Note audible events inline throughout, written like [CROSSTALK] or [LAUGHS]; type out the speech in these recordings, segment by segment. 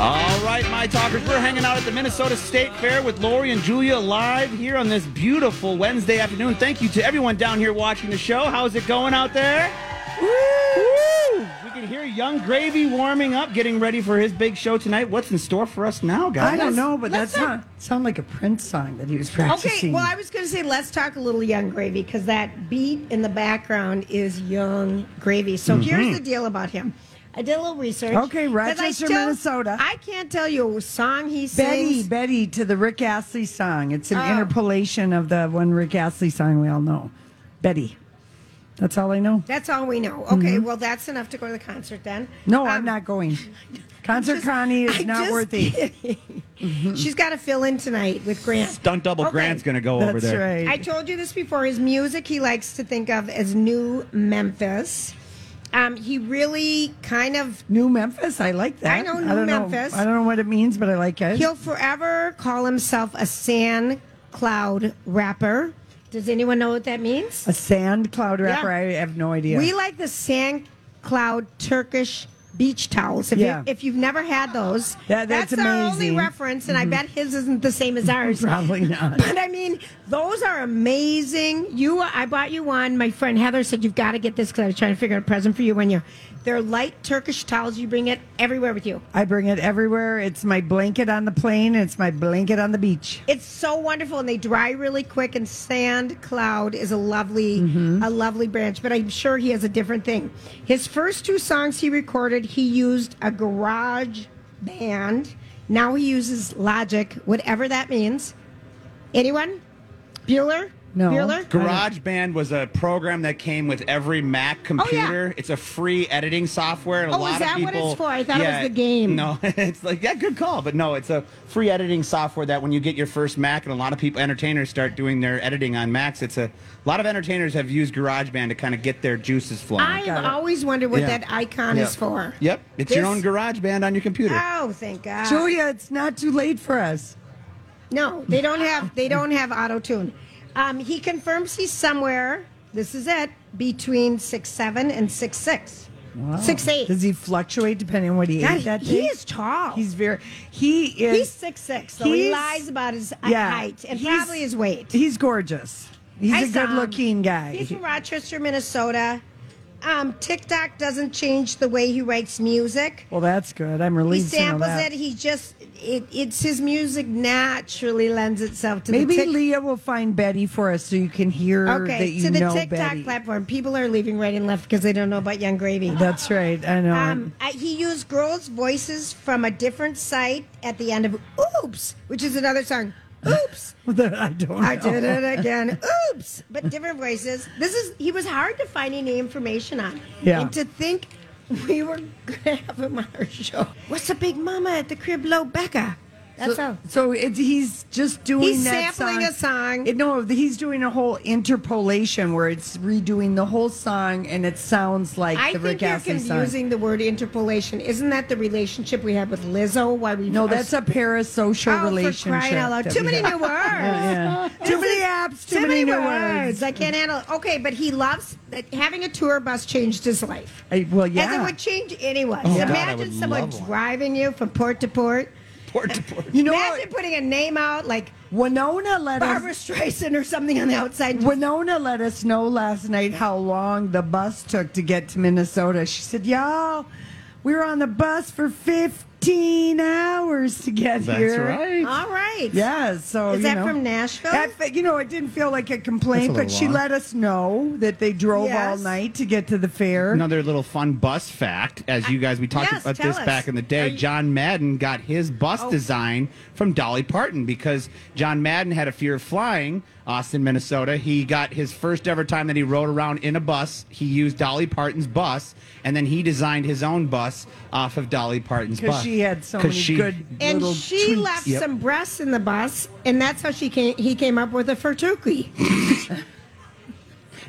All right, my talkers, we're hanging out at the Minnesota State Fair with Lori and Julia live here on this beautiful Wednesday afternoon. Thank you to everyone down here watching the show. How's it going out there? Woo! We can hear Young Gravy warming up, getting ready for his big show tonight. What's in store for us now, guys? I don't know, but that let's sound, sound like a Prince song that he was practicing. Okay, well, I was going to say let's talk a little Young Gravy because that beat in the background is Young Gravy. So here's the deal about him. I did a little research. Mm-hmm. Okay, 'cause I Rochester, still- Minnesota. I can't tell you a song he Betty, sings. Betty to the Rick Astley song. It's Oh. an interpolation of the one Rick Astley song we all know. Betty. That's all I know. That's all we know. Okay, well, that's enough to go to the concert then. Mm-hmm. No, Um, I'm not [LAUGHS] going. Concert just- Connie is [LAUGHS] I'm not just worthy. Mm-hmm. She's got to fill in tonight with Grant. Stunt double Okay. Grant's going to go over That's there. right. I told you this before. His music he likes to think of as New Memphis. Um, he really kind of New Memphis, I like that. I know New don't Memphis. I don't know what it means, but I like it. He'll forever call himself a sand cloud rapper. Does anyone know what that means? a sand cloud rapper. I have no idea. We like the sand cloud Turkish beach towels. If, Yeah, you, if you've never had those, Yeah, that's our only amazing. Mm-hmm. reference, and I bet his isn't the same as [LAUGHS] [LAUGHS] ours. Probably not. But I mean, those are amazing. You, I bought you one. My friend Heather said you've got to get this because I was trying to figure out a present for you when you're. They're light Turkish towels. You bring it everywhere with you. I bring it everywhere. It's my blanket on the plane. It's my blanket on the beach. It's so wonderful, and they dry really quick. And Sand Cloud is a lovely, Mm-hmm. a lovely branch. But I'm sure he has a different thing. His first two songs he recorded, he used a garage band. Now he uses Logic, whatever that means. Anyone? Bueller? No. Bueller? Garage Band was a program that came with every Mac computer. It's a free editing software. A Oh, is lot that of what it's people, for? I thought it was the game. No, [LAUGHS] it's like yeah, good call, but no, it's a free editing software that when you get your first Mac, and a lot of people, entertainers, start doing their editing on Macs. It's a, a lot of entertainers have used Garage Band to kind of get their juices flowing. I've always wondered what that icon Yep. is for. Yep, it's your This- own Garage Band on your computer. Oh, thank God. Julia, it's not too late for us. No, they don't have they don't have auto tune. Um, he confirms he's somewhere. This is it between six seven and six six. Six eight. Does he fluctuate depending on what he God, ate that day? he is tall. He's very. He is. He's six six. So he he's- lies about his uh, yeah, height and he's- probably his weight. He's gorgeous. He's I a saw him. good-looking guy. He's from Rochester, Minnesota. Um, TikTok doesn't change the way he writes music. well, that's good. I'm He relieved to know samples that. it. He just it, it's his music naturally lends itself to Maybe the tic- Leah will find Betty for us so you can hear Okay, that you to the know TikTok Betty. platform. People are leaving right and left because they don't know about Young Gravy. That's right. I know. [LAUGHS] Um, I, he used girls' voices from a different site at the end of Oops, which is another song. Oops, [LAUGHS] I don't. Know. [LAUGHS] I did it again. Oops, but different voices. This is he was hard to find any information on. Yeah. And to think we were gonna have him on our show. What's a big mama at the crib low Becca? That's So, all. so it's, he's just doing He's that sampling song. a song. It- no, he's doing a whole interpolation where it's redoing the whole song and it sounds like I the think Rick you're Astley song. confusing the word interpolation. Isn't that the relationship we had with Lizzo? Why we No, that's a parasocial Oh, relationship. For crying out loud. that Too we [LAUGHS] many have. new words. Yeah. [LAUGHS] Too many apps, too many new words. I can't handle it. Okay, but he loves that having a tour bus changed his life. I- well, As yeah. it would change anyone. Oh, God, I Imagine would someone love one. driving you from port to port. Port to port. You know, Imagine putting a name out like Winona let Barbara us. Streisand or something on the outside. Winona let us know last night how long the bus took to get to Minnesota. She said, "Y'all, we were on the bus for 15 hours to get That's here." right. All right. Yeah, so Is you that know. from Nashville? That fe- you know, it didn't feel like a complaint, That's a but little she long. let us know that they drove all Yes. night to get to the fair. Another little fun bus fact, as you guys we talked Yes, about tell this us. back in the day. Are you- John Madden Oh. got his bus design from Dolly Parton because John Madden had a fear of flying. Austin, Minnesota. He got his first ever time that he rode around in a bus. He used Dolly Parton's bus, and then he designed his own bus off of Dolly Parton's bus. Because she had so 'Cause many she- good And little she tweaks. left Yep. some breasts in the bus, and that's how she came. He came up with a furtuki.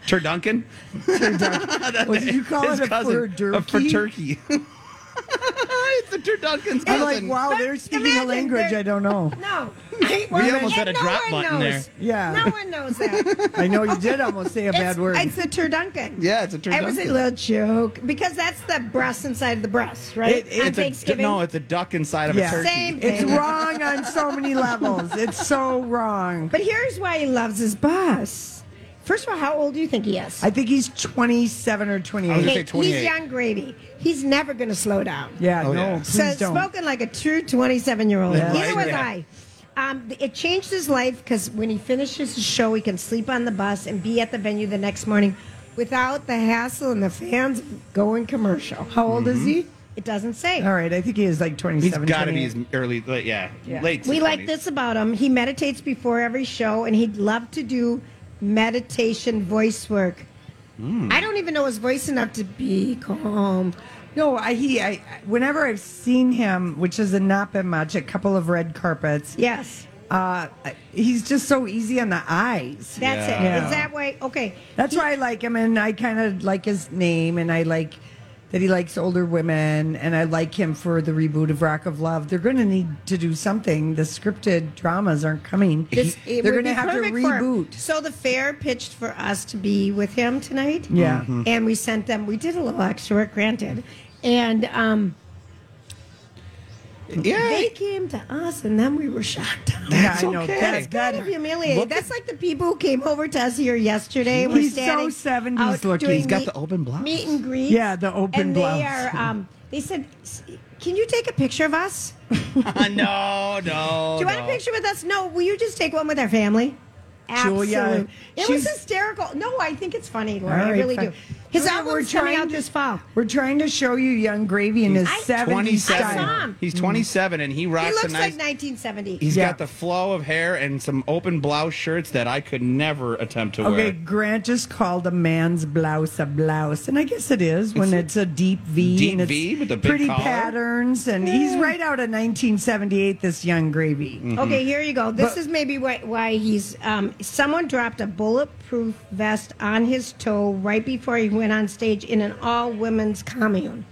Turduncan? [LAUGHS] What did you call His it? A cousin. fur A fur turkey. [LAUGHS] it's the Turduncan's I'm cousin. like, wow, they're speaking a Imagine language they're- I don't know. No, well, [LAUGHS] We almost had and a no drop one button knows. there. Yeah. no one [LAUGHS] knows that. I know you did almost say a [LAUGHS] it's, bad word. It's a turduncan. Yeah, it's a It was turduncan. a little joke because that's the breast inside of the breast, right? It- it- On It's a- Thanksgiving. no, it's a duck inside of Yeah. a turkey. Same. It's wrong on so many levels. It's so wrong. but here's why he loves his boss. First of all, how old do you think he is? I think he's 27 or I was 28. gonna say he's 28. young Grady. He's never going to slow down. Yeah, Oh, no, yeah. please So don't. spoken like a true 27 year old. Yeah. Neither was Right. I. Um, th- it changed his life because when he finishes his show, he can sleep on the bus and be at the venue the next morning without the hassle and the fans going commercial. How old is he? It doesn't say. Mm-hmm. All right, I think he is like 27. He's got to be 28. his early, late- yeah, Yeah. late. We like 20s. this about him. He meditates before every show, and he'd love to do meditation voice work. Hmm. I don't even know his voice enough to be calm. No, I, he. I, whenever I've seen him, which has not been much, a couple of red carpets. Yes, Uh, he's just so easy on the eyes. that's it. Is Yeah. that way? Okay. That's why I like him, and I kind of like his name, and I like that he likes older women, and I like him for the reboot of Rock of Love. They're going to need to do something. The scripted dramas aren't coming. This, it They're would going to be have to perfect for him. reboot. So the fair pitched for us to be with him tonight. Yeah. And we sent them, we did a little extra work, granted. And um, Yeah. they came to us, and then we were shocked. [LAUGHS] Yeah, That's I know. okay. That's That's that. Kind of humiliating. Look at- That's like the people who came over to us here yesterday. and were He's so standing 70s out looking. doing He's got meet- the open blouse. Meet and greet. Yeah, the open and blouse. They are. Um, they said, "S- "Can you take a picture of us? Oh, [LAUGHS] no, no. Do you want a picture with us? No. Will you just take one with our family? Absolutely. Julia, it was she's- hysterical. No, I think it's funny, Laura. All I right, really fine. do. His Julia, we're album's coming trying out to- this fall. We're trying to show you young Gravy in his I- 70s 27. I saw style. him. He's 27 and he He rocks looks a nice. like 1970. He's Mm-hmm. Yeah. got the flow of hair and some open blouse shirts that I could never attempt to Okay, wear. Grant just called a man's blouse a blouse, and I guess it is when it's a deep V Deep and it's V with a big pretty collar. patterns, and he's right out of 1978. This young Gravy. Okay, here you go. This is maybe why, why he's. Um, someone dropped a bulletproof vest on his toe right before he went on stage in an all women's commune.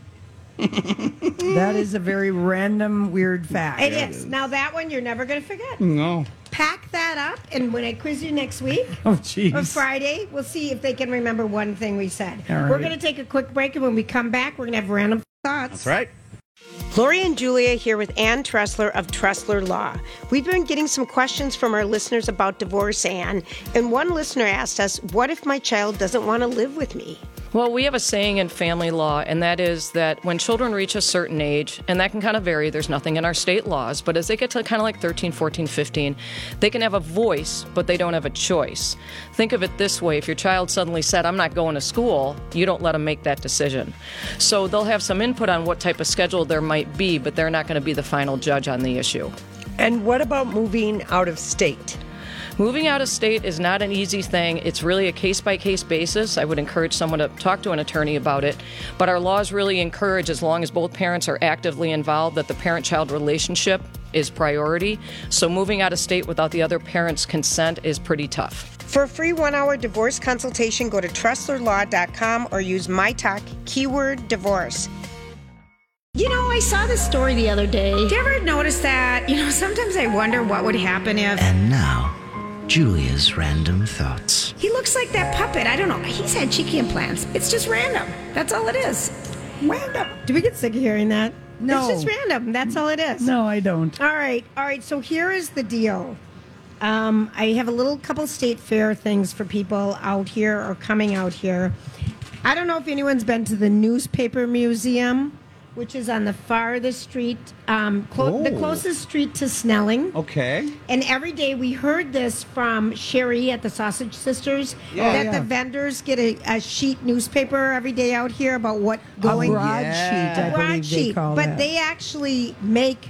Mm-hmm. That is a very random, weird fact. It is. Now, that one you're never going to forget. No. Pack that up, and when I quiz you next week Oh, or jeez. Friday, we'll see if they can remember one thing we said. All right. We're going to take a quick break, and when we come back, we're going to have random thoughts. That's right. Lori and Julia here with Ann Tressler of Tressler Law. We've been getting some questions from our listeners about divorce, Ann, and one listener asked us, What if my child doesn't want to live with me? Well, we have a saying in family law, and that is that when children reach a certain age, and that can kind of vary, there's nothing in our state laws, but as they get to kind of like 13, 14, 15, they can have a voice, but they don't have a choice. Think of it this way if your child suddenly said, I'm not going to school, you don't let them make that decision. So they'll have some input on what type of schedule there might be, but they're not going to be the final judge on the issue. And what about moving out of state? Moving out of state is not an easy thing. It's really a case by case basis. I would encourage someone to talk to an attorney about it. But our laws really encourage, as long as both parents are actively involved, that the parent child relationship is priority. So moving out of state without the other parent's consent is pretty tough. For a free one hour divorce consultation, go to TresslerLaw.com or use my talk, keyword divorce. You know, I saw this story the other day. Do you ever notice that? You know, sometimes I wonder what would happen if. And now, Julia's random thoughts. He looks like that puppet. I don't know. He's had cheeky implants. It's just random. That's all it is. Random. Do we get sick of hearing that? No. It's just random. That's all it is. No, I don't. All right. All right. So here is the deal. Um, I have a little couple state fair things for people out here or coming out here. I don't know if anyone's been to the newspaper museum, which is on the farthest street, um, clo- the Oh. closest street to Snelling. Okay. And every day we heard this from Sherry at the Sausage Sisters Yeah. Oh, that Yeah. the vendors get a, a sheet newspaper every day out here about what A Oh, going broadsheet, I believe they broadsheet. call but that. they actually make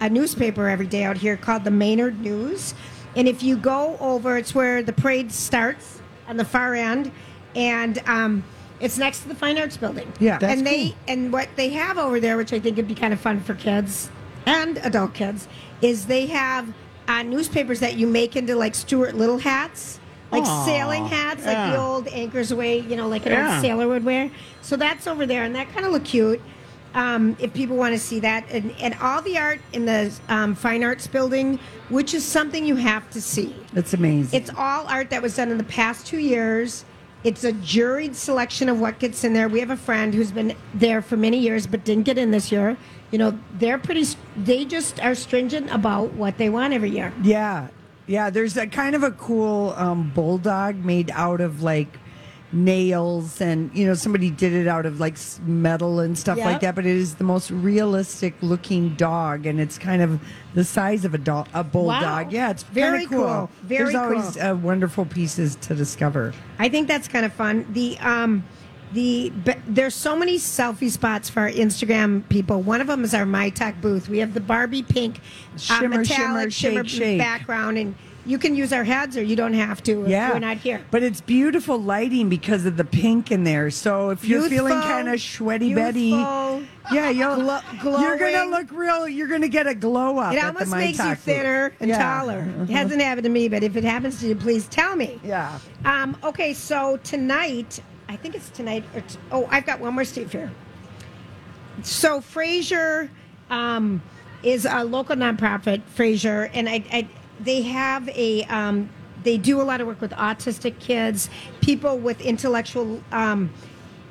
a newspaper every day out here called the Maynard News. And if you go over, it's where the parade starts on the far end, and um, it's next to the Fine Arts Building. Yeah, that's and they and what they have over there, which I think would be kind of fun for kids and adult kids, is they have uh, newspapers that you make into like Stuart Little hats. Like Aw, sailing hats, like yeah. the old anchors way, you know, like an Yeah. old sailor would wear. So that's over there, and that kind of looked cute. Um, if people want to see that, and, and all the art in the um, Fine Arts Building, which is something you have to see. It's amazing. It's all art that was done in the past two years. It's a juried selection of what gets in there. We have a friend who's been there for many years but didn't get in this year. You know, they're pretty, they just are stringent about what they want every year. Yeah, yeah. There's a kind of a cool um, bulldog made out of like nails, and you know somebody did it out of like s- metal and stuff Yep. like that. But it is the most realistic looking dog, and it's kind of the size of a dog, a bulldog. Yeah, it's kinda Very cool. cool. Very There's always cool. uh, wonderful pieces to discover. I think that's kind of fun. The um, the but there's so many selfie spots for our Instagram people. One of them is our My Talk booth. We have the Barbie pink uh, Shimmer, shimmer, metallic shimmer, shake, shake. background, and you can use our heads or you don't have to. Yeah, if you're not here. But it's beautiful lighting because of the pink in there. So if you're feeling Youthful, kind of sweaty, Betty, youthful, yeah, you'll glo- you're gonna glowing. look real. You're gonna get a glow up. It at the almost My makes you Talk booth. thinner and Yeah. Mm-hmm. taller. It hasn't happened to me, but if it happens to you, please tell me. Yeah. Um, okay, so tonight, I think it's tonight. Or t- oh, I've got one more state fair. So Fraser um, is a local nonprofit, Fraser, and I, I they have a um, they do a lot of work with autistic kids, people with intellectual um,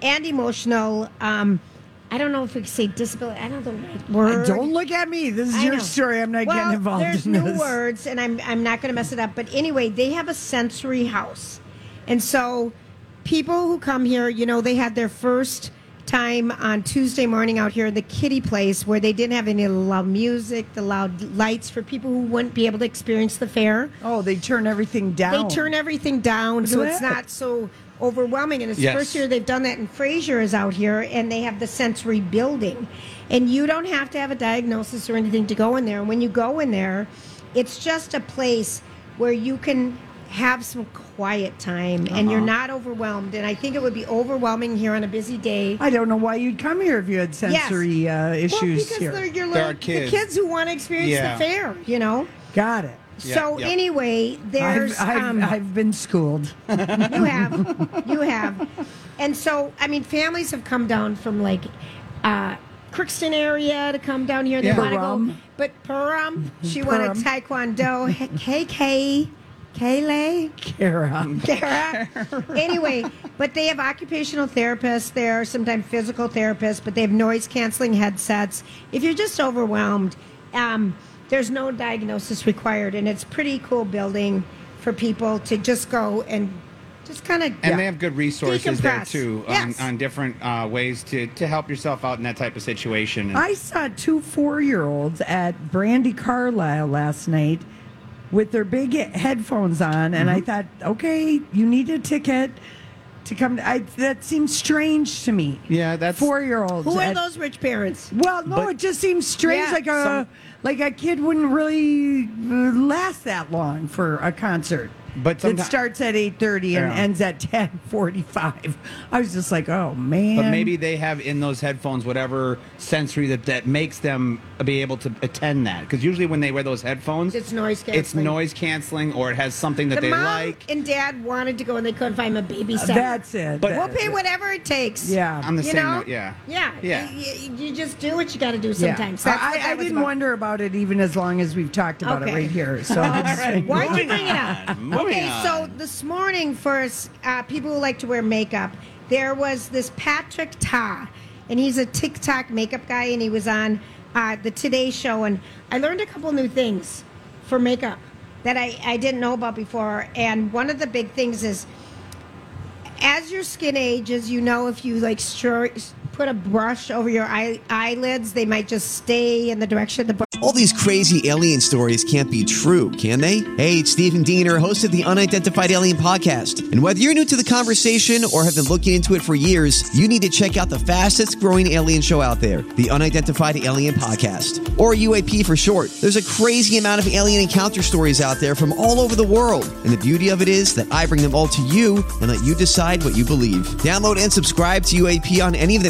and emotional. Um, I don't know if we could say disability. I don't know the right word. Don't look at me. This is I your know. story. I'm not Well, getting involved There's in new this. words, and I'm I'm not going to mess it up. But anyway, they have a sensory house, and so people who come here, you know, they had their first time on Tuesday morning out here in the kitty place where they didn't have any loud music, the loud lights for people who wouldn't be able to experience the fair. Oh, they turn everything down. They turn everything down so at it's that. not so overwhelming. And it's Yes. the first year they've done that, and Fraser is out here, and they have the sensory building. And you don't have to have a diagnosis or anything to go in there. And when you go in there, it's just a place where you can have some quiet time and Uh-huh. you're not overwhelmed. And I think it would be overwhelming here on a busy day. I don't know why you'd come here if you had Yes. sensory uh, issues well, because here. They're, your There are little, kids. The kids who want to experience Yeah. the fair, you know? Got it. Yeah, so, yeah. anyway, there's. I've, I've, um, I've been schooled. [LAUGHS] you have. You have. And so, I mean, families have come down from like uh, Crookston area to come down here. They Yeah. want to Pahrump. go. But Purum, she wanted Pahrump. Taekwondo. Hey, Kay, Kaylay. Kara. Sarah. anyway, but they have occupational therapists there, sometimes physical therapists, but they have noise canceling headsets. If you're just overwhelmed, um, there's no diagnosis required, and it's pretty cool building for people to just go and just kind of. And they have good resources there Decompress. too Yes. on, on different uh, ways to, to help yourself out in that type of situation. And I saw two four year olds at Brandy Carlisle last night with their big headphones on, and I Mm-hmm. thought, okay, you need a ticket to come. I, that seems strange to me. Yeah, that's- four year olds. Who are those rich parents? Well, no, it just seems strange. Yeah, like a like a kid wouldn't really uh, last that long for a concert. But it someti- starts at eight thirty and Yeah. ends at [LAUGHS] ten forty five. I was just like, oh man. but maybe they have in those headphones whatever sensory that, that makes them be able to attend that. Because usually when they wear those headphones, It's noise It's canceling. noise canceling, or it has something that The they mom like. and dad wanted to go, and they couldn't find a babysitter. Uh, that's it. But- We'll That- pay whatever it takes. Yeah. On the You same know? note, yeah, Yeah. yeah. You, you- you just do what you got to do Yeah. sometimes. That's what I, that I, I was didn't about. wonder about it even as long as we've talked about it Okay. right here. [LAUGHS] So it's- Why'd Moving you bring it up? on, moving okay, on. so this morning, for uh, people who like to wear makeup, there was this Patrick Ta, and he's a TikTok makeup guy, and he was on uh, the Today Show, and I learned a couple new things for makeup that I, I didn't know about before, and one of the big things is as your skin ages, you know if you like stro- put a brush over your eye- eyelids, they might just stay in the direction the brush. All these crazy alien stories can't be true, can they? Hey, it's Stephen Dean, Diener, host of the Unidentified Alien Podcast. And whether you're new to the conversation or have been looking into it for years, you need to check out the fastest growing alien show out there, the Unidentified Alien Podcast, or UAP for short. There's a crazy amount of alien encounter stories out there from all over the world. And the beauty of it is that I bring them all to you and let you decide what you believe. Download and subscribe to UAP on any of the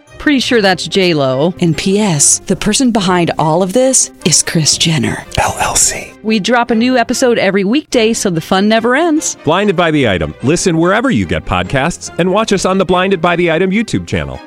Pretty sure that's J Lo. And P.S. The person behind all of this is Chris Jenner LLC. We drop a new episode every weekday, so the fun never ends. Blinded by the Item. Listen wherever you get podcasts and watch us on the Blinded by the Item YouTube channel.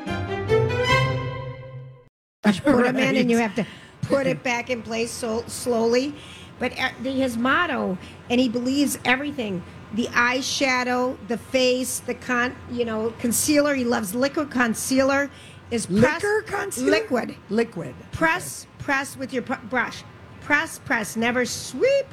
put them in and you have to put it back in place so slowly. But uh, the- his motto, and he believes everything: the eyeshadow, the face, the con, you know, concealer. He loves liquid concealer. Is press, Liquor concealer? liquid Liquid. press press with your pr- brush, press press, never sweep,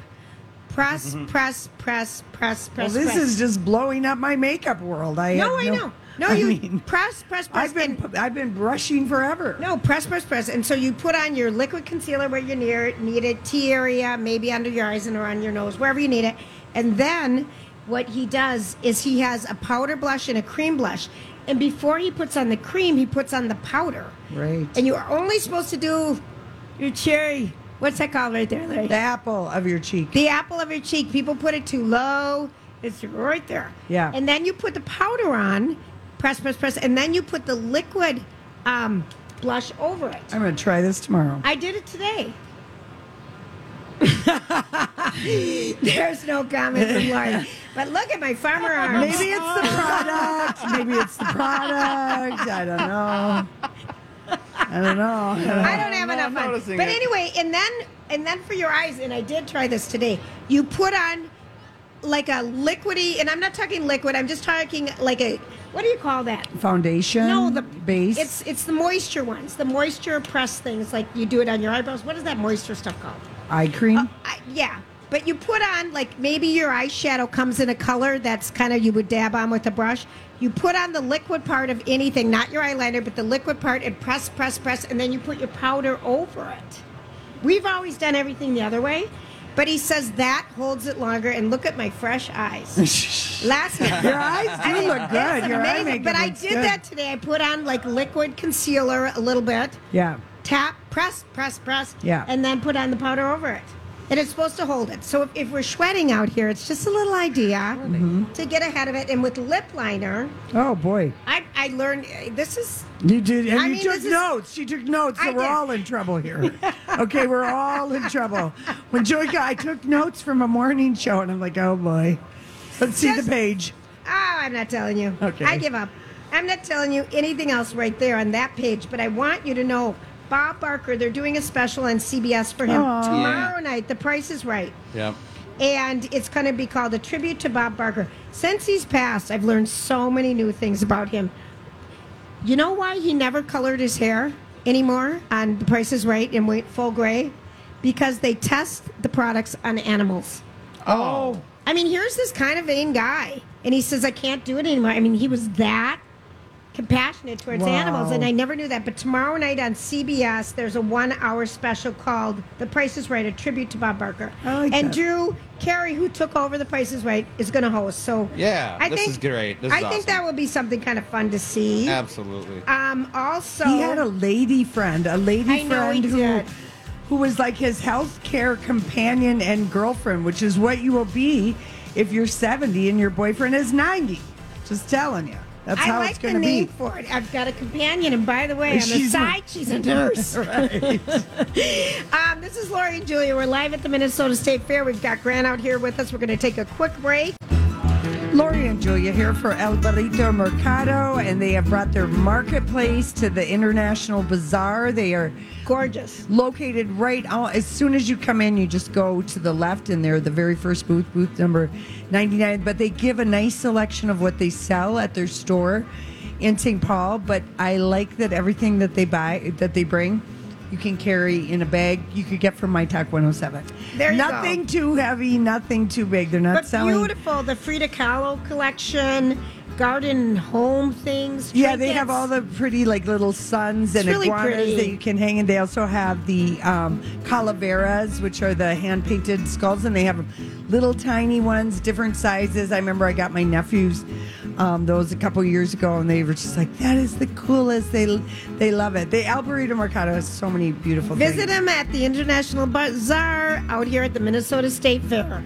press press press press press. Mm-hmm. Well, this press. is just blowing up my makeup world. I no, had I know. No, I you mean, press press press. I've been and- I've been brushing forever. No, press, press, press. And so you put on your liquid concealer where you near it, need it, T area, maybe under your eyes and around your nose, wherever you need it. And then what he does is he has a powder blush and a cream blush. And before he puts on the cream, he puts on the powder. Right. And you are only supposed to do your cherry. What's that called right there, Larry? The apple of your cheek. the apple of your cheek. People put it too low. It's right there. Yeah. And then you put the powder on, press, press, press, and then you put the liquid um, blush over it. I'm going to try this tomorrow. I did it today. [LAUGHS] There's no comment from Lauren. But look at my farmer arm. Maybe it's the product. Maybe it's the product. I don't know. I don't know. I don't I know. don't I'm have not enough on. noticing But it. anyway, and then and then for your eyes, and I did try this today. You put on like a liquidy, and I'm not talking liquid. I'm just talking like a what do you call that? Foundation. No, the Um, base. It's it's the moisture ones, the moisture press things. Like you do it on your eyebrows. What is that moisture stuff called? eye cream. I, yeah, but you put on like maybe your eyeshadow comes in a color that's kind of you would dab on with a brush. You put on the liquid part of anything, not your eyeliner, but the liquid part, and press, press, press, and then you put your powder over it. We've always done everything the other way, but he says that holds it longer. And look at my fresh eyes. Last night, Your eyes do look good. it's Your eye makeup But I looks did good. that today. I put on like liquid concealer a little bit yeah. tap, press, press, press, Yeah. and then put on the powder over it. And it's supposed to hold it. So if, if we're sweating out here, it's just a little idea Mm-hmm. to get ahead of it. And with lip liner, Oh boy. I, I learned uh, this is You did, and I you mean, took this is- notes. she took notes, so I we're did. all in trouble [LAUGHS] here. okay, we're all in trouble. When Joyka, I took notes from a morning show, and I'm like, oh boy, let's see the Just- page. Oh, I'm not telling you. Okay. I give up. I'm not telling you anything else right there on that page, but I want you to know Bob Barker, they're doing a special on CBS for him Aw. tomorrow night. The price is right. Yep. And it's going to be called A Tribute to Bob Barker. Since he's passed, I've learned so many new things about him. You know why he never colored his hair anymore on The Price is Right and went full gray? Because they test the products on animals. Oh. I mean, here's this kind of vain guy, and he says, I can't do it anymore. I mean, he was that compassionate towards Wow. animals, and I never knew that. But tomorrow night on CBS, there's a one hour special called The Price is Right, a tribute to Bob Barker. I like and that. Drew Carey, who took over The Price is Right, is going to host. So Yeah, I this think, is great. This I is think awesome. that will be something kind of fun to see. Absolutely. Um, also, He had a lady friend, a lady I know friend he who did. who was like his healthcare companion and girlfriend, which is what you will be if you're 70 and your boyfriend is 90. Just telling you. That's I how like it's the going to name be. for it. I've got a companion, and by the way, on the She's a- side, [LAUGHS] she's a nurse. Right. Um, this is Lori and Julia. We're live at the Minnesota State Fair. We've got Grant out here with us. We're going to take a quick break. Lori and Julia here for El Barrito Mercado, and they have brought their marketplace to the International Bazaar. They are gorgeous, located right on. As soon as you come in, you just go to the left, and they're the very first booth, booth number 99. But they give a nice selection of what they sell at their store in St. Paul. But I like that everything that they buy, that they bring, you can carry in a bag. You could get from My Talk 107. There you go. nothing too heavy, nothing too big. They're not but selling. beautiful. The Frida Kahlo collection, garden home things. Yeah, they have trinkets. all the pretty like little suns and It's really iguanas pretty. that you can hang, and they also have the um, calaveras, which are the hand painted skulls, and they have little tiny ones, different sizes. I remember I got my nephews um, those a couple years ago, and they were just like, "That is the coolest." They they love it. The Alburrito Mercado has so many beautiful Visit things. them at the International Bazaar out here at the Minnesota State Fair.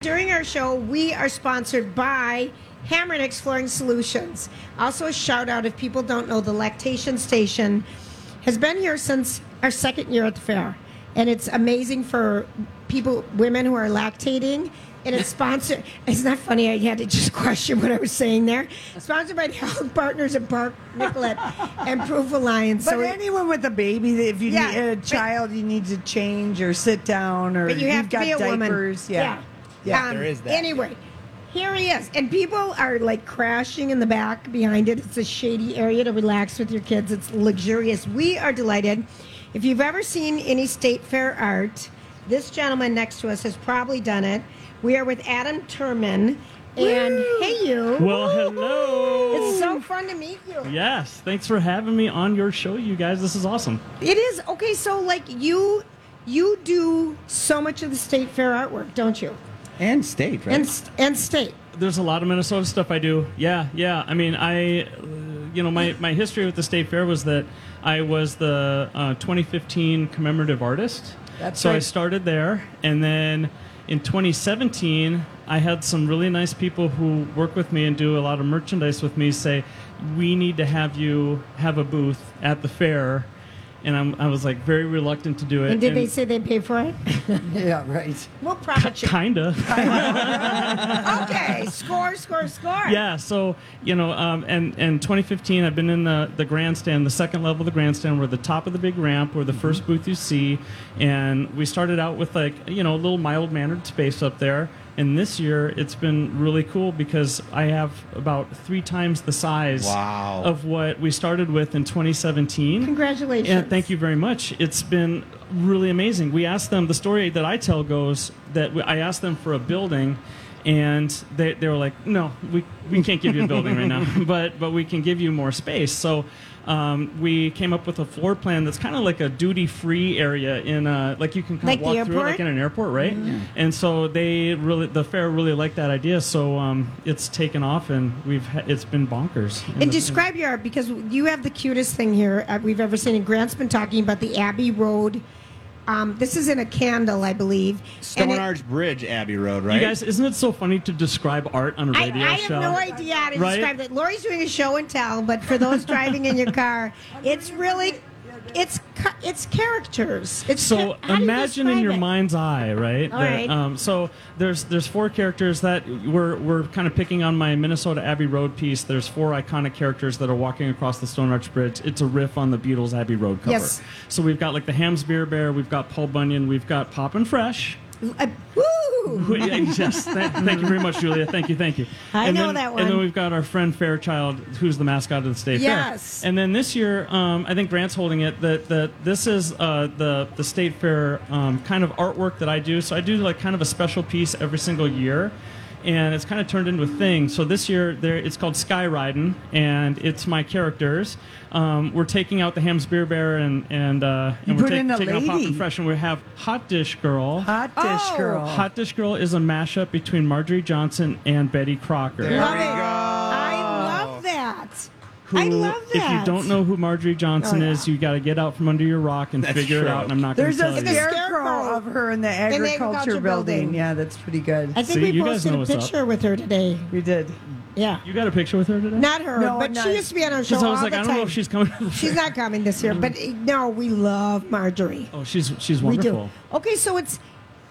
During our show, we are sponsored by Hammer and X Flooring Solutions. Also, a shout out if people don't know, the Lactation Station has been here since our second year at the fair, and it's amazing for people, women who are lactating. And it's sponsored. [LAUGHS] It's not funny. I had to just [LAUGHS] question what I was saying there. Sponsored by the Health Partners and Park [LAUGHS] Nicollet and Proof Alliance. But So it- anyone with a baby, if you Yeah, need a but- child, you need to change or sit down, or But you have have to got be a diapers. woman. Yeah, yeah. Um, Anyway, here he is, and people are like crashing in the back behind it. It's a shady area to relax with your kids. It's luxurious. We are delighted. If you've ever seen any state fair art, this gentleman next to us has probably done it. We are with Adam Turman. And hey, you. Well, hello. It's so fun to meet you. Yes, thanks for having me on your show, you guys. This is awesome. It is okay. So, like you, you do so much of the state fair artwork, don't you? And state, right? And st- and state. There's a lot of Minnesota stuff I do. Yeah, yeah. I mean, I, uh, you know, my, my history with the state fair was that I was the uh, 2015 commemorative artist. That's so I right. started there, and then in 2017, I had some really nice people who work with me and do a lot of merchandise with me say, "We need to have you have a booth at the fair," and I'm, I was like very reluctant to do it. And did they say they pay for it? yeah, right. We'll profit share. Kinda. [LAUGHS] okay, score, score, score. Yeah, so you know, um, and and 2015, I've been in the the grandstand, the second level of the grandstand, we're at the top of the big ramp, we're the first booth you see, and we started out with like you know a little mild mannered space up there. And this year, it's been really cool because I have about three times the size Wow. of what we started with in 2017. Congratulations. Yeah, thank you very much. It's been really amazing. We asked them, the story that I tell goes that we, I asked them for [LAUGHS] a building, and they, they were like, no, we, we can't give you a building right now, but, but we can give you more space. So um, we came up with a floor plan that's kind of like a duty free area in a, like you can kind Like of the walk through it, airport? like in an airport, right? Mhm. Yeah. And so they really, the fair really liked that idea. So um, it's taken off, and we've ha- it's been bonkers. And describe your art because you have the cutest thing here uh, we've ever seen. And Grant's been talking about the Abbey Road. Um, this is in a candle, I believe. Stone And it- Arch Bridge, Abbey Road, right? You guys, isn't it so funny to describe art on a I, radio I show? have no idea how to Right? describe that. Lori's doing a show and tell, but for those driving in your car, it's really, it's ca- it's characters. It's so how do you imagine in describe your it? mind's eye, right? All that, right. Um, so there's there's four characters that we're we're kind of picking on my Minnesota Abbey Road piece. There's four iconic characters that are walking across the Stone Arch Bridge. It's a riff on the Beatles' Abbey Road cover. Yes. So we've got like the Ham's Beer Bear, we've got Paul Bunyan, we've got Poppin' Fresh. Uh, Woo! Yeah, yes, [LAUGHS] thank, thank you very much, Julia. Thank you, thank you. I and know then, that one. And then we've got our friend Fairchild, who's the mascot of the state Yes. fair. And then this year, um, I think Grant's holding it. That that this is uh, the the state fair um, kind of artwork that I do. So I do like kind of a special piece every single year. And it's kind of turned into a thing. So this year, there it's called Sky Riding, and it's my characters. Oh. Um, we're taking out the Ham's Beer Bear, and and, uh, You and we're put in a taking out Pop lady. and Fresh, and we have Hot Dish Girl. Hot Dish Oh. Girl. Hot Dish Girl is a mashup between Marjorie Johnson and Betty Crocker. Love it. I love that. Who, I love If you that. don't know who Marjorie Johnson Oh, yeah. is, you got to get out from under your rock and That's figure true. it out. And I'm not going to There's tell a you. scarecrow of her in the the agriculture, agriculture building. building. Yeah, that's pretty good. I think See, we you guys posted know a what's up. picture with her today. We did. Yeah. You got a picture with her today? Not her, No, but not- she used to be on our show Because I was all like, the I don't time. know if she's coming. [LAUGHS] to the [LAUGHS] She's not coming this year, but uh, no, we love Marjorie. Oh, she's she's We wonderful. do. Okay, so it's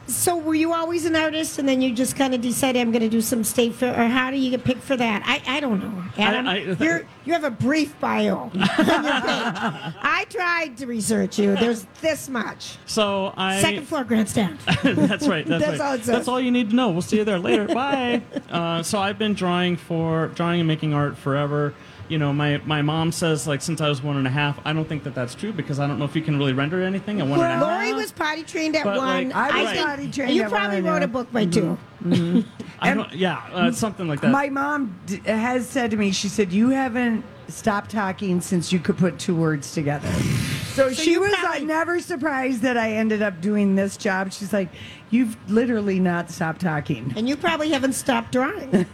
So were you always an artist, and then you just kind of decided I'm going to do some state fair, or how do you get picked for that? I, I don't know. Adam, I- you're, you have a brief bio. on your page. [LAUGHS] I tried to research you. There's this much. So I Second floor grandstand. [LAUGHS] that's right. That's, That's right. all it says. That's all you need to know. We'll see you [LAUGHS] there later. Bye. Uh, so I've been drawing for drawing and making art forever. You know, my, my mom says like since I was one and a half. I don't think that that's true because I don't know if you can really render anything at one and a half. Lori was potty trained at But, one. like, I was think potty trained You at probably one, wrote yeah. a book by two. I don't, yeah, uh, something like that. My mom d- has said to me, she said, "You haven't stopped talking since you could put two words together." So, she you was probably- uh, never surprised that I ended up doing this job. She's like, "You've literally not stopped talking." And you probably haven't stopped drawing.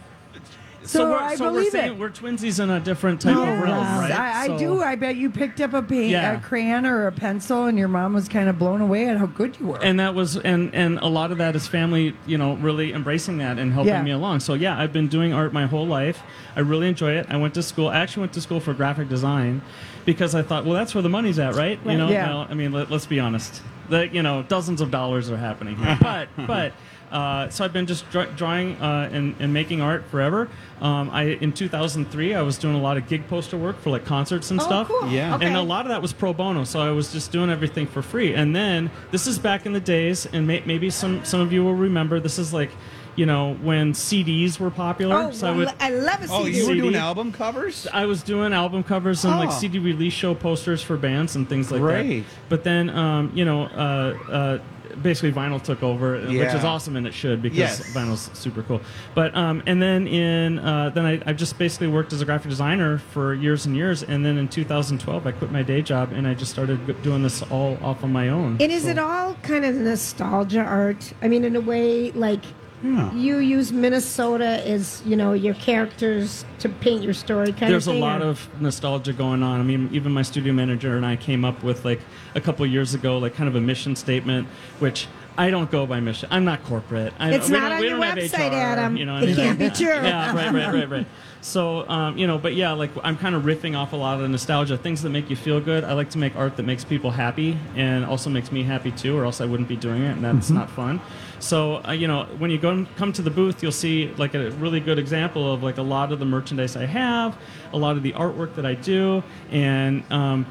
so, so we're, I so we're believe saying it. we're twinsies in a different type of realm, right? I, I So- do. I bet you picked up a paint, Yeah. a crayon, or a pencil, and your mom was kind of blown away at how good you were. and that was and and a lot of that is family you know really embracing that and helping Yeah. me along so yeah i've been doing art my whole life i really enjoy it i went to school i actually went to school for graphic design because i thought well that's where the money's at right, Right. you know Yeah. now, i mean let, let's be honest the, you know dozens of dollars are [LAUGHS] happening here but but uh, so I've been just dra- drawing uh, and, and making art forever. Um, I in 2003 I was doing a lot of gig poster work for like concerts and Oh, stuff. cool. Yeah. And a Okay. lot lot of that was pro bono, so I was just doing everything for free. And then this is back in the days, and may, maybe some some of you will remember. This is like, you know, when CDs were popular. oh, so I, lo- I love a CD. Oh, you were doing CD. album covers? I was doing album covers and like Oh. CD release show posters for bands and things like Great. that. But then, um, you know, uh, uh, basically vinyl took over, which Yeah. is awesome and it should because Yes. vinyl's super cool. But um, and then in uh, then I, I just basically worked as a graphic designer for years and years, and then in 2012 I quit my day job and I just started doing this all off on my own. And is So- it all kind of nostalgia art? I mean, in a way, like Yeah. you use Minnesota as you know your characters to paint your story. Kind There's of a thing, lot or- of nostalgia going on. I mean, even my studio manager and I came up with like a couple years ago, like kind of a mission statement, which I don't go by mission. I'm not corporate. I, It's we not don't- on we your don't have website, HR, Adam. You know, It anything can't like be that. true. Yeah, right, right, right, right. So, um, you know, but yeah, like I'm kind of riffing off a lot of the nostalgia, things that make you feel good. I like to make art that makes people happy and also makes me happy too, or else I wouldn't be doing it, and that's Mm-hmm. not fun. So, uh, you know, when you go come to the booth, you'll see like a really good example of like a lot of the merchandise I have, a lot of the artwork that I do, and um,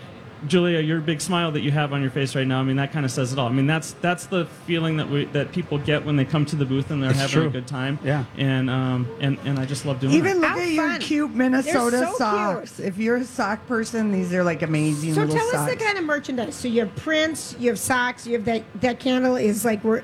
Julia, your big smile that you have on your face right now, I mean, that kind of says it all. I mean, that's that's the feeling that we that people get when they come to the booth and they're It's having true. a good time. Yeah. And um and and I just love [LAUGHS] doing Even it. look How at your fun. cute They're Minnesota so socks. If you're a sock person, these are like amazing So little tell us socks. the kind of merchandise. So you have prints, you have socks, you have that that candle is like we're.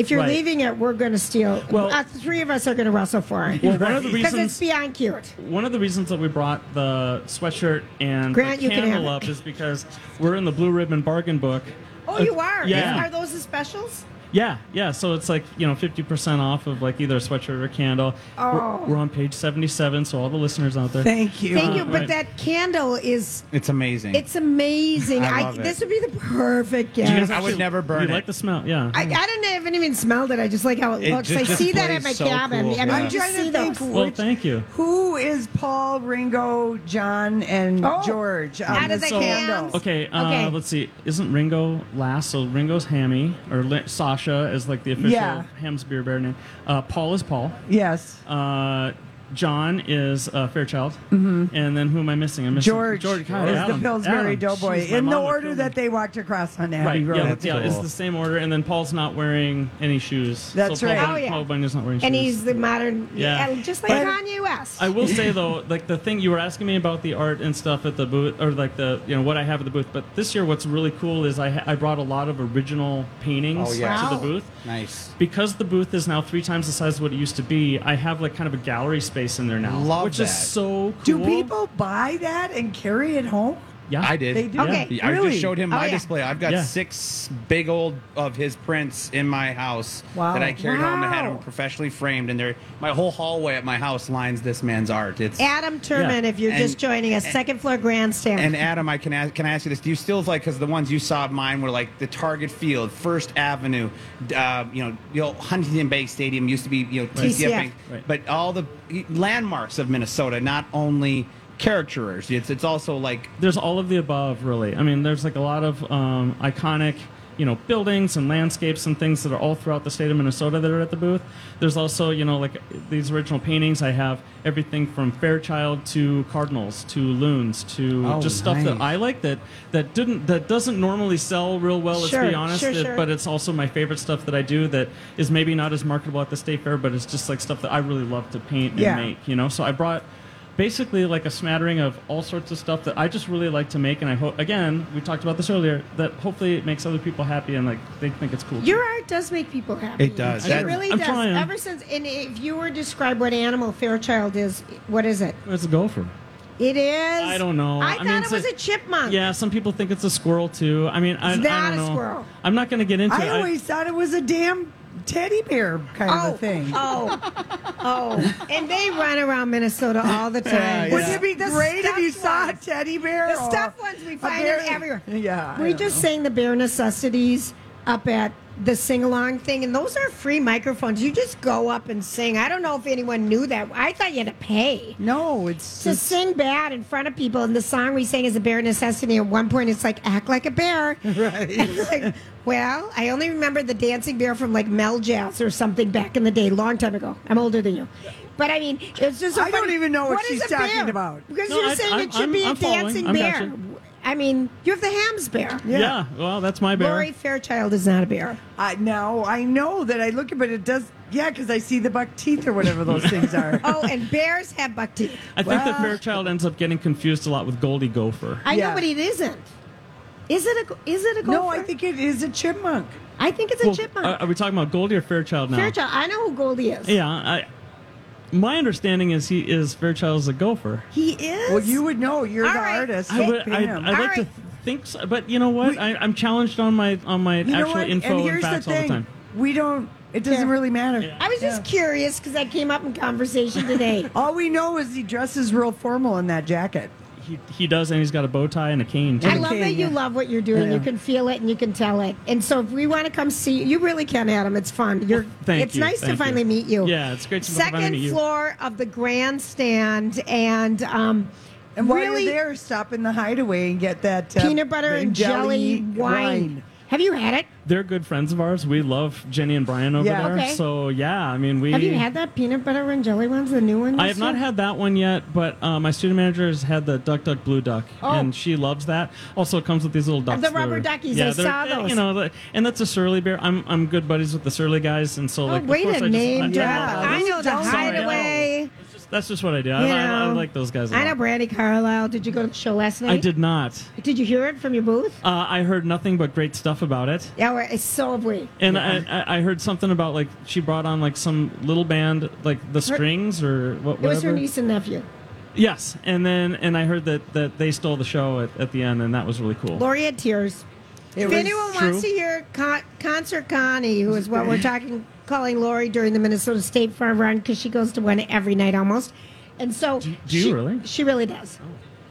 If you're Right. leaving it, we're going to steal. Well- uh, three of us are going to wrestle for it. Well, [LAUGHS] one of the because it's reasons- beyond cute. One of the reasons that we brought the sweatshirt and Grant, the you can have candle it. up is because we're in the blue ribbon bargain book. Oh, Uh, you are. Yeah. Are those the specials? Yeah, yeah. So it's like you know, fifty percent off of like either a sweatshirt or a candle. We're- Oh. We're, on page seventy-seven, so all the listeners out there. Thank you. Thank you. right. But that candle is. It's amazing. It's amazing. I love it. This would be the perfect Do gift. you guys I would actually- never burn you it. like the smell? Yeah. I, I don't know, I haven't even smelled it. I just like how it, It looks. just- I just see that at my plays so cabin. cool, and yeah. I I'm just trying see to think. those. well, which- thank you. Who is Paul, Ringo, John, and Oh, George? on out of this the cans. candle? Okay, uh, Okay. let's see. Isn't Ringo last? So Ringo's Hammy, or Li- Sasha is like the official Yeah. Ham's Beer Bear name. Uh, Paul is Paul. Yes. Uh, John is uh, Fairchild. Mm-hmm. And then who am I missing? I'm missing George, George is God, Adam. the Pillsbury Adam. Doughboy Jeez, my in the mom would order kill that me. they walked across on Abbey Right, Road. yeah, yeah, it's cool. the same order. And then Paul's not wearing any shoes. That's so Paul right. Bunyan- Oh, yeah. Paul Bunyan's not wearing And shoes. he's the modern, Yeah. yeah. just like Kanye West. I will say though, like the thing you were asking me about the art and stuff at the booth, or like the you know what I have at the booth. But this year, what's really cool is I ha- I brought a lot of original paintings Oh, yeah. to Wow. the booth. nice. Because the booth is now three times the size of what it used to be, I have like kind of a gallery space in there now, Love which that. is so cool. Do people buy that and carry it home? Yeah, I did. They do? Yeah. Okay. I Really? just showed him Oh, my yeah. display. I've got Yeah. six big old of his prints in my house Wow. that I carried home and had them Wow. professionally framed. And they're, my whole hallway at my house lines this man's art. It's Adam Turman, Yeah. if you're just And- joining us, second floor grandstand. And Adam, I can ask, can I ask you this? Do you still like because the ones you saw of mine were like the Target Field, First Avenue, uh, you know, you know, Huntington Bank Stadium used to be you know TCF, TCF. Bank, Right. but all the landmarks of Minnesota, not only caricatures, it's it's also like there's all of the above really i mean there's like a lot of um, iconic you know buildings and landscapes and things that are all throughout the state of Minnesota that are at the booth. There's also you know like these original paintings. I have everything from Fairchild to Cardinals to loons to Oh, just stuff that nice. I like that that didn't that doesn't normally sell real well. Let's Sure, be honest, sure, that- sure. but it's also my favorite stuff that I do that is maybe not as marketable at the state fair, but it's just like stuff that I really love to paint and Yeah. make. You know, so I brought basically like a smattering of all sorts of stuff that I just really like to make, and I hope again we talked about this earlier that hopefully it makes other people happy and like they think it's cool. Your art does make people happy. It does. It That- really I'm does. trying. Ever since, and if you were to describe what animal Fairchild is, what is it? it's a gopher. It is. I don't know. I, I thought mean, it it's was a- a chipmunk. Yeah, some people think it's a squirrel too. I mean, I, It's I not don't a know. squirrel. I'm not going to get into I it. always thought it was a damn teddy bear kind of Oh, a thing. Oh, oh, and they run around Minnesota all [LAUGHS] the time. Wouldn't it be great if you saw a teddy bear? The or stuff ones we a find bear? them everywhere. Yeah. I We don't just know. sang the bare necessities up at the sing along thing, and those are free microphones. You just go up and sing. I don't know if anyone knew that. I thought you had to pay. No, it's to sing bad in front of people. And the song we sang is a bare necessity. At one point, it's like act like a [LAUGHS] bear. Right. [LAUGHS] like, well, I only remember the dancing bear from like Mel Jazz or something back in the day, long time ago. I'm older than you. But I mean, it's just. So I don't funny. even know what is she's a bear? talking about. Because No, you're I- saying I'm- it should I'm- be a I'm following. dancing I'm bear. gotcha. I mean, you have the Hams bear. yeah. well, that's my bear. Lori Fairchild is not a [LAUGHS] bear. I now I know that I look at, but it does. Yeah, because I see the buck teeth or whatever [LAUGHS] those things are. oh, and bears have buck teeth. I think that Fairchild ends up getting confused a lot with Goldie Gopher. I know, but it isn't. Is it a? Is it a? Gopher? No, I think it is a chipmunk. I think it's a Well, chipmunk. Are, are we talking about Goldie or Fairchild now? Fairchild. I know who Goldie is. Yeah, I. My understanding is he is Fairchild is a gopher. He is. Well, you would know. You're All the right. artist. I would. I, Pam. I like to think, so, but you know what? I, I'm challenged on my on my You know actual what? info And and, here's the facts all the thing. time. We don't. It doesn't Yeah. really matter. I was just curious because I came up in conversation [LAUGHS] today. All we know is he dresses real formal in that jacket. He he does, and he's got a bow tie and a cane. Too. I love that you love what you're doing. You Yeah. can feel it and you can tell it. And so, if we want to come see you, you really can, Adam. It's fun. You're. Thank it's you, nice to thank you. finally meet you. Yeah, it's great to finally Second meet you. floor of the grandstand, and um, And while really you're there, stop in the hideaway and get that uh, peanut butter and jelly, wine. Have you had it? They're good friends of ours. We love Jenny and Brian over Yeah. there. Okay. So yeah, I mean we. Have you had that peanut butter and jelly ones, the new one? I you have not said? had that one yet, but uh, my student manager has had the Duck Duck Blue Duck, Oh. and she loves that. Also, it comes with these little ducks. The rubber that are- duckies, I they're- saw they- those. You know, the- and that's a surly bear. I'm I'm good buddies with the surly guys, and so like. oh, of wait course I a just- I- I name love drop. all I those. know the Sorry, I know. hideaway. That's just what I do. I, You I, I know. like those guys. a I know lot. Brandy Carlisle. Did you go to the show last night? I did not. Did you hear it from your booth? Uh, I heard nothing but great stuff about it. Yeah, well, it's so have we. And I, I, I heard something about like she brought on like some little band, like the Strings or what. it was her whatever. niece and nephew. Yes, and then and I heard that that they stole the show at, at the end, and that was really cool. Lori had tears. if was anyone true. wants to hear Con- Concert Connie, who is what [LAUGHS] we're talking, calling Lori during the Minnesota State Farm Run, because she goes to one every night almost. And so. do you she, really? Oh. She really does.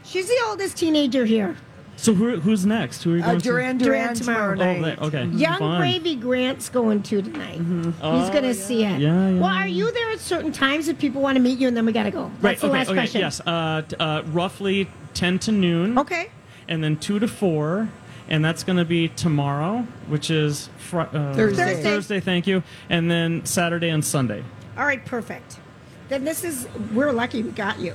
She's the oldest teenager here. So who, who's next? Who are you Uh, going Duran to? Duran Duran tomorrow tomorrow Oh, night. that- okay. Young Fun. Gravy Grant's going to tonight. He's Oh, going to yeah. see it. Yeah, yeah, Well, are you there at certain times if people want to meet you and then we got to go? That's Right. the okay. last okay. question. Yes. Uh, t- uh, roughly ten to noon. Okay. And then two to four. And that's going to be tomorrow, which is fr- uh, Thursday. Thursday. Thursday, thank you. And then Saturday and Sunday. All right, perfect. Then this is, we're lucky we got you.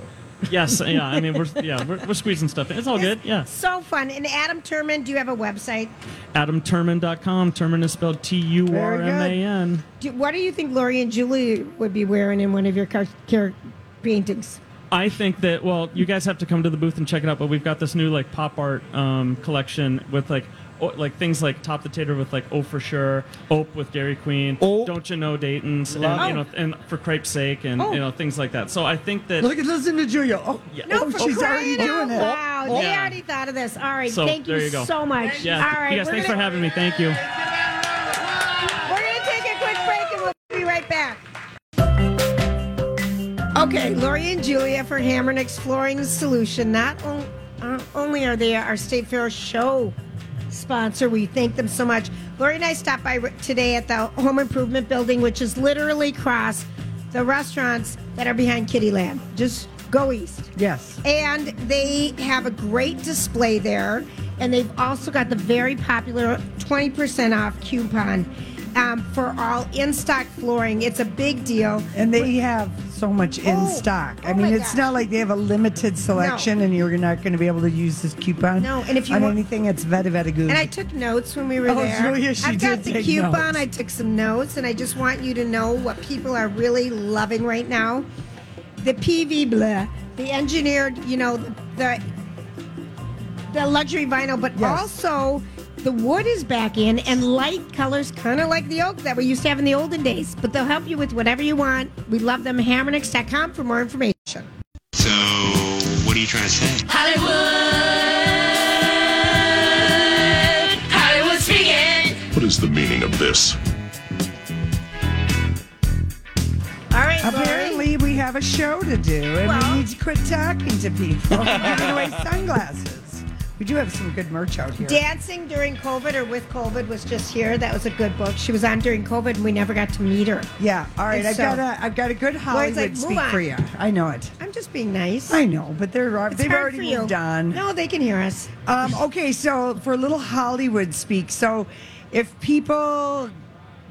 Yes, [LAUGHS] yeah. I mean, we're yeah, we're, we're squeezing stuff in. It's all good. Yeah. So fun. And Adam Turman, do you have a website? AdamTurman.com. Turman is spelled T U R M A N. Do, what do you think Lori and Julie would be wearing in one of your car- car- paintings? I think that well, you guys have to come to the booth and check it out. But we've got this new like pop art um, collection with like o- like things like Top the Tater with like Oh for Sure, Ope with Dairy Queen, Don't You Know Dayton's, and Love you know, it. and for Crepe's sake, and Oh. you know things like that. So I think that Look at listen to Julia. Oh, No, oh, for she's already crying out doing it. loud. They Yeah. already thought of this. All right, so thank you, there you go. so much. Yeah, All right, you guys, we're thanks gonna- for having me. Thank you. We're going to take a quick break and we'll be right back. Okay, Lori and Julia for Hammond Exploring the Solution. Not on- uh, only are they our State Fair show sponsor, we thank them so much. Lori and I stopped by today at the Home Improvement Building, which is literally across the restaurants that are behind Kittyland. Just go east. Yes. And they have a great display there. and they've also got the very popular 20% off coupon um, for all in stock flooring. It's a big deal. And they have so much in Oh, stock. I oh mean, my it's not like they have a limited selection and you're not going to be able to use this coupon No, and if you on want- anything that's Veta Veta Good. And I took notes when we were Oh, there. Julia, she I've got did the take coupon. notes. I took some notes, and I just want you to know what people are really loving right now. The PV blah, the engineered, you know, the the luxury vinyl, but also the wood is back in and light colors, kind of like the oak that we used to have in the olden days. But they'll help you with whatever you want. We love them. Hammernix.com for more information. So, what are you trying to say? Hollywood. Hollywood speaking. What is the meaning of this? All right, Apparently, we have a show to do, and we need to quit talking to [LAUGHS] people. We're giving away sunglasses. We do have some good merch out here. Dancing during COVID or with COVID was just here. That was a good book. She was on during COVID, and we never got to meet her. Yeah. All right, And I've so- got a I've got a good Where it's Hollywood like, move speak on. for you. I know it. I'm just being nice. I know, but they're uh, It's they've hard already for you. moved on. No, they can hear us. Um, okay, so for a little Hollywood speak, so if people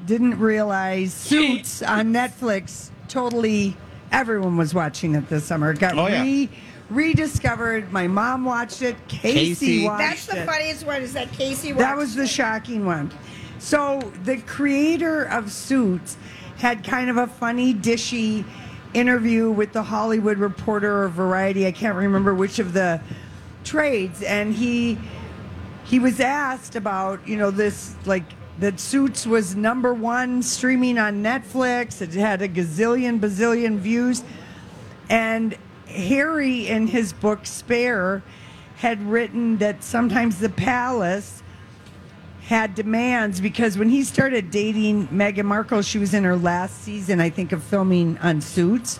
didn't realize Suits on Netflix, totally everyone was watching it this summer. It got Oh, yeah. re- rediscovered. My mom watched it. Casey, watched That's the it. funniest one is that Casey watched. That was the shocking one. So the creator of Suits had kind of a funny, dishy interview with the Hollywood Reporter or Variety. I can't remember which of the trades, and he he was asked about you know this like that Suits was number one streaming on Netflix. It had a gazillion bazillion views. And Harry, in his book Spare, had written that sometimes the palace had demands because when he started dating Meghan Markle, she was in her last season, I think, of filming on Suits.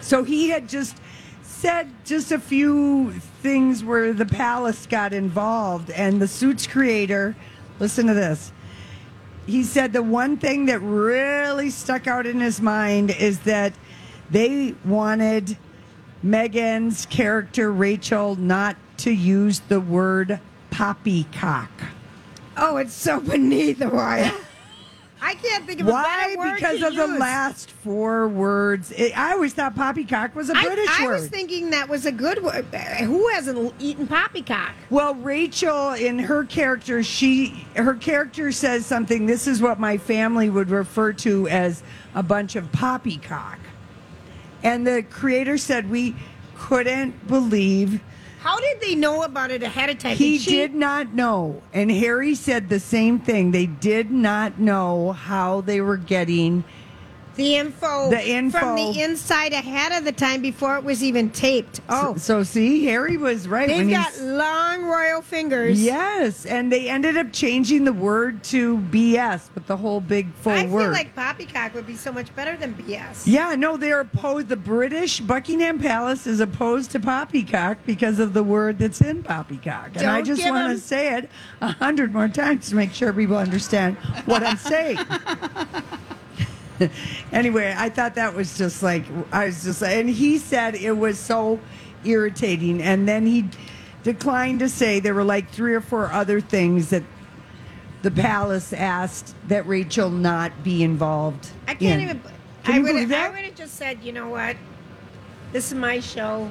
So he had just said just a few things where the palace got involved, and the Suits creator, listen to this. He said the one thing that really stuck out in his mind is that they wanted Megan's character, Rachel, not to use the word poppycock. Oh, it's so beneath the [LAUGHS] wire. I can't think of Why? a better word Because to of the use. last four words. It, I always thought poppycock was a I- British I, word. was thinking that was a good Uh, word. Who hasn't eaten poppycock? Well, Rachel, in her character, she her character says something. This is what my family would refer to as a bunch of poppycock. And the creator said we couldn't believe How did they know about it ahead of time? he she- did not know. And Harry said the same thing. They did not know how they were getting the info, The info. from the inside ahead of the time before it was even taped. Oh, So, so see, Harry was right. when they've he got s- long royal fingers. Yes, and they ended up changing the word to BS, but the whole big full I word. feel like poppycock would be so much better than BS. yeah, no, they're opposed. The British Buckingham Palace is opposed to poppycock because of the word that's in poppycock. and I Don't just give want 'em- to say it a hundred more times to make sure people understand what I'm saying. anyway, I thought that was just like I was just, and he said it was so irritating, and then he declined to say there were like three or four other things that the palace asked that Rachel not be involved. I can't in. even. Can I you would. believe I that? would have just said, you know what? This is my show.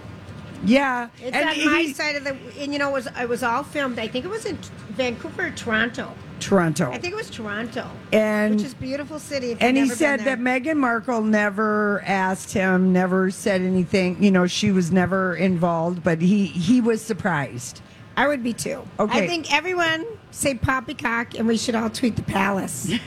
Yeah, It's and on my he- side of the. And you know, it was it was all filmed. I think it was in Vancouver, or Toronto. Toronto. I think it was Toronto, And- which is a beautiful city. if you've and he never been said there. that Meghan Markle never asked him, never said anything. You know, she was never involved, but he he was surprised. I would be too. Okay. I think everyone say poppycock, and we should all tweet the [LAUGHS] palace. [LAUGHS]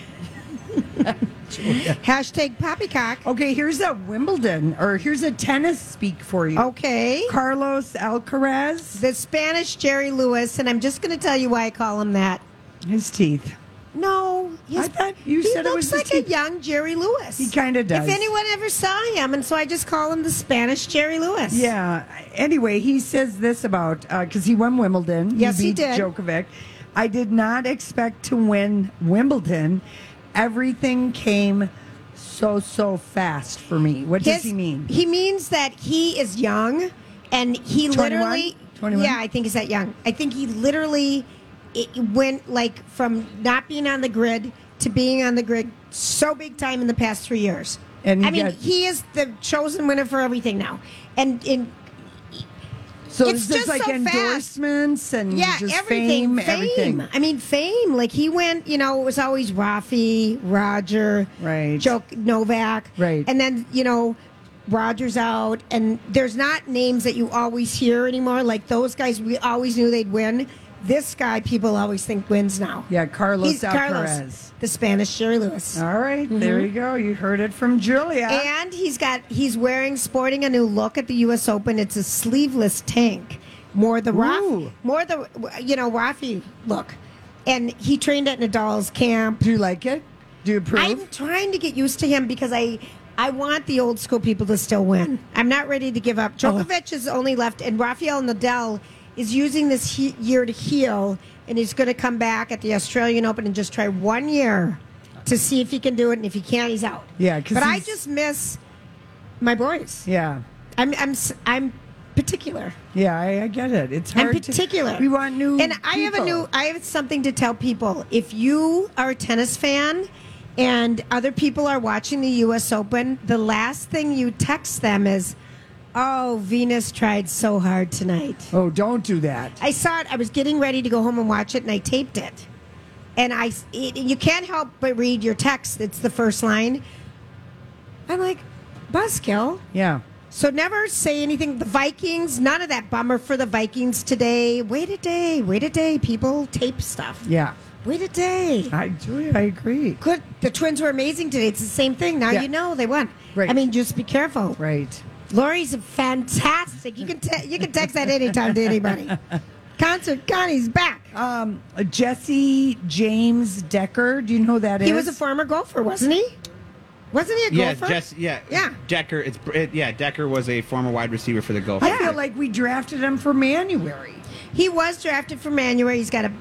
Hashtag poppycock. Okay, here's a Wimbledon or here's a tennis speak for you. Oh. Okay. Carlos Alcaraz, The Spanish Jerry Lewis, and I'm just going to tell you why I call him that. his teeth. No, I thought you he said it was looks his like teeth. a young Jerry Lewis. He kinda does. If anyone ever saw him, and so I just call him the Spanish Jerry Lewis. Yeah. Anyway, he says this about because he won Wimbledon. Yes, he beat did. Djokovic. I did not expect to win Wimbledon. Everything came so so fast for me. What does His- he mean? He means that he is young, and he 21? literally 21? Yeah, I think he's that young. I think he literally it went like from not being on the grid to being on the grid so big time in the past three years. And he I mean, got- he is the chosen winner for everything now, and in. So it's it's just just like so fast. endorsements and Yeah, just everything. fame, everything. I mean, fame. Like he went, you know, it was always Rafi, Roger, right, Joe Novak, Right. and then you know, Roger's out, and there's not names that you always hear anymore. Like those guys, we always knew they'd win. This guy, people always think wins now. Yeah, Carlos He's Alcaraz. the Spanish Jerry Lewis. All right, there Mhm. you go. You heard it from Julia. And he's got he's wearing sporting a new look at the U.S. Open. It's a sleeveless tank, more the Rafi, more the you know Rafi look. And he trained at Nadal's camp. Do you like it? Do you approve? I'm trying to get used to him because I I want the old school people to still win. I'm not ready to give up. Oh. Djokovic is only left, and Rafael Nadal is using this he- year to heal, and he's going to come back at the Australian Open and just try one year to see if he can do it. And if he can't, he's out. Yeah, 'cause but I he's- just miss my boys. yeah. I'm I'm s- I'm particular. Yeah, I, I get it. It's I'm hard. to- particular. we want new. And I have a people. new. I have something to tell people. If you are a tennis fan, and other people are watching the U.S. Open, the last thing you text them is, "Oh, Venus tried so hard tonight." Oh, don't do that. I saw it. I was getting ready to go home and watch it, and I taped it. And I, it, you can't help but read your text. It's the first line. I'm like, buzzkill. Yeah. So never say anything. The Vikings, none of that bummer for the Vikings today. Wait a day, wait a day. People tape stuff. Yeah. Wait a day. I do. I agree. Good. The Twins were amazing today. It's the same thing. Now Yeah. you know they won. Right. I mean, just be careful. Right. Lori's fantastic. You can te- you can text that anytime to [LAUGHS] anybody. Concert Connie's back. Um, Jesse James Decker. Do you know who that is? He was a former golfer, wasn't he? Wasn't he a Yeah, golfer? Jess, yeah, Yeah. Decker. It's it, yeah. Decker was a former wide receiver for the Gophers. I feel like we drafted him for Manuary. He was drafted from Manuary. He's got a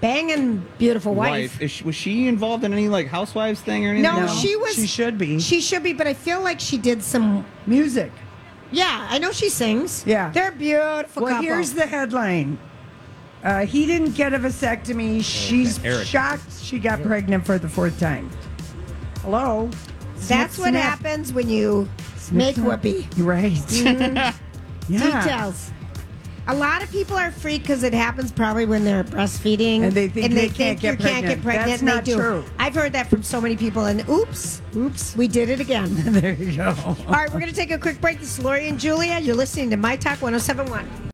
banging, beautiful wife. Is she, was she involved in any like housewives thing or anything? No, she was. She should be. She should be, but I feel like she did some. Music. Yeah, I know she sings. Yeah. they're a beautiful. Well, couple. here's the headline. Uh, he didn't get a vasectomy. She's Eric. shocked she got pregnant for the fourth time. Hello. That's Snip, what snap. happens when you Snip, make snap. Ah. whoopee. You're Right. Mm-hmm. [LAUGHS] Yeah. Details. A lot of people are freaked because it happens probably when they're breastfeeding, And they think they can't you get can't get pregnant. pregnant. That's and not they do. true. I've heard that from so many people, and oops, oops, we did it [LAUGHS] again. [LAUGHS] there you go. All right, we're going to take a quick break. This is Lori and Julia. You're listening to My Talk 1071.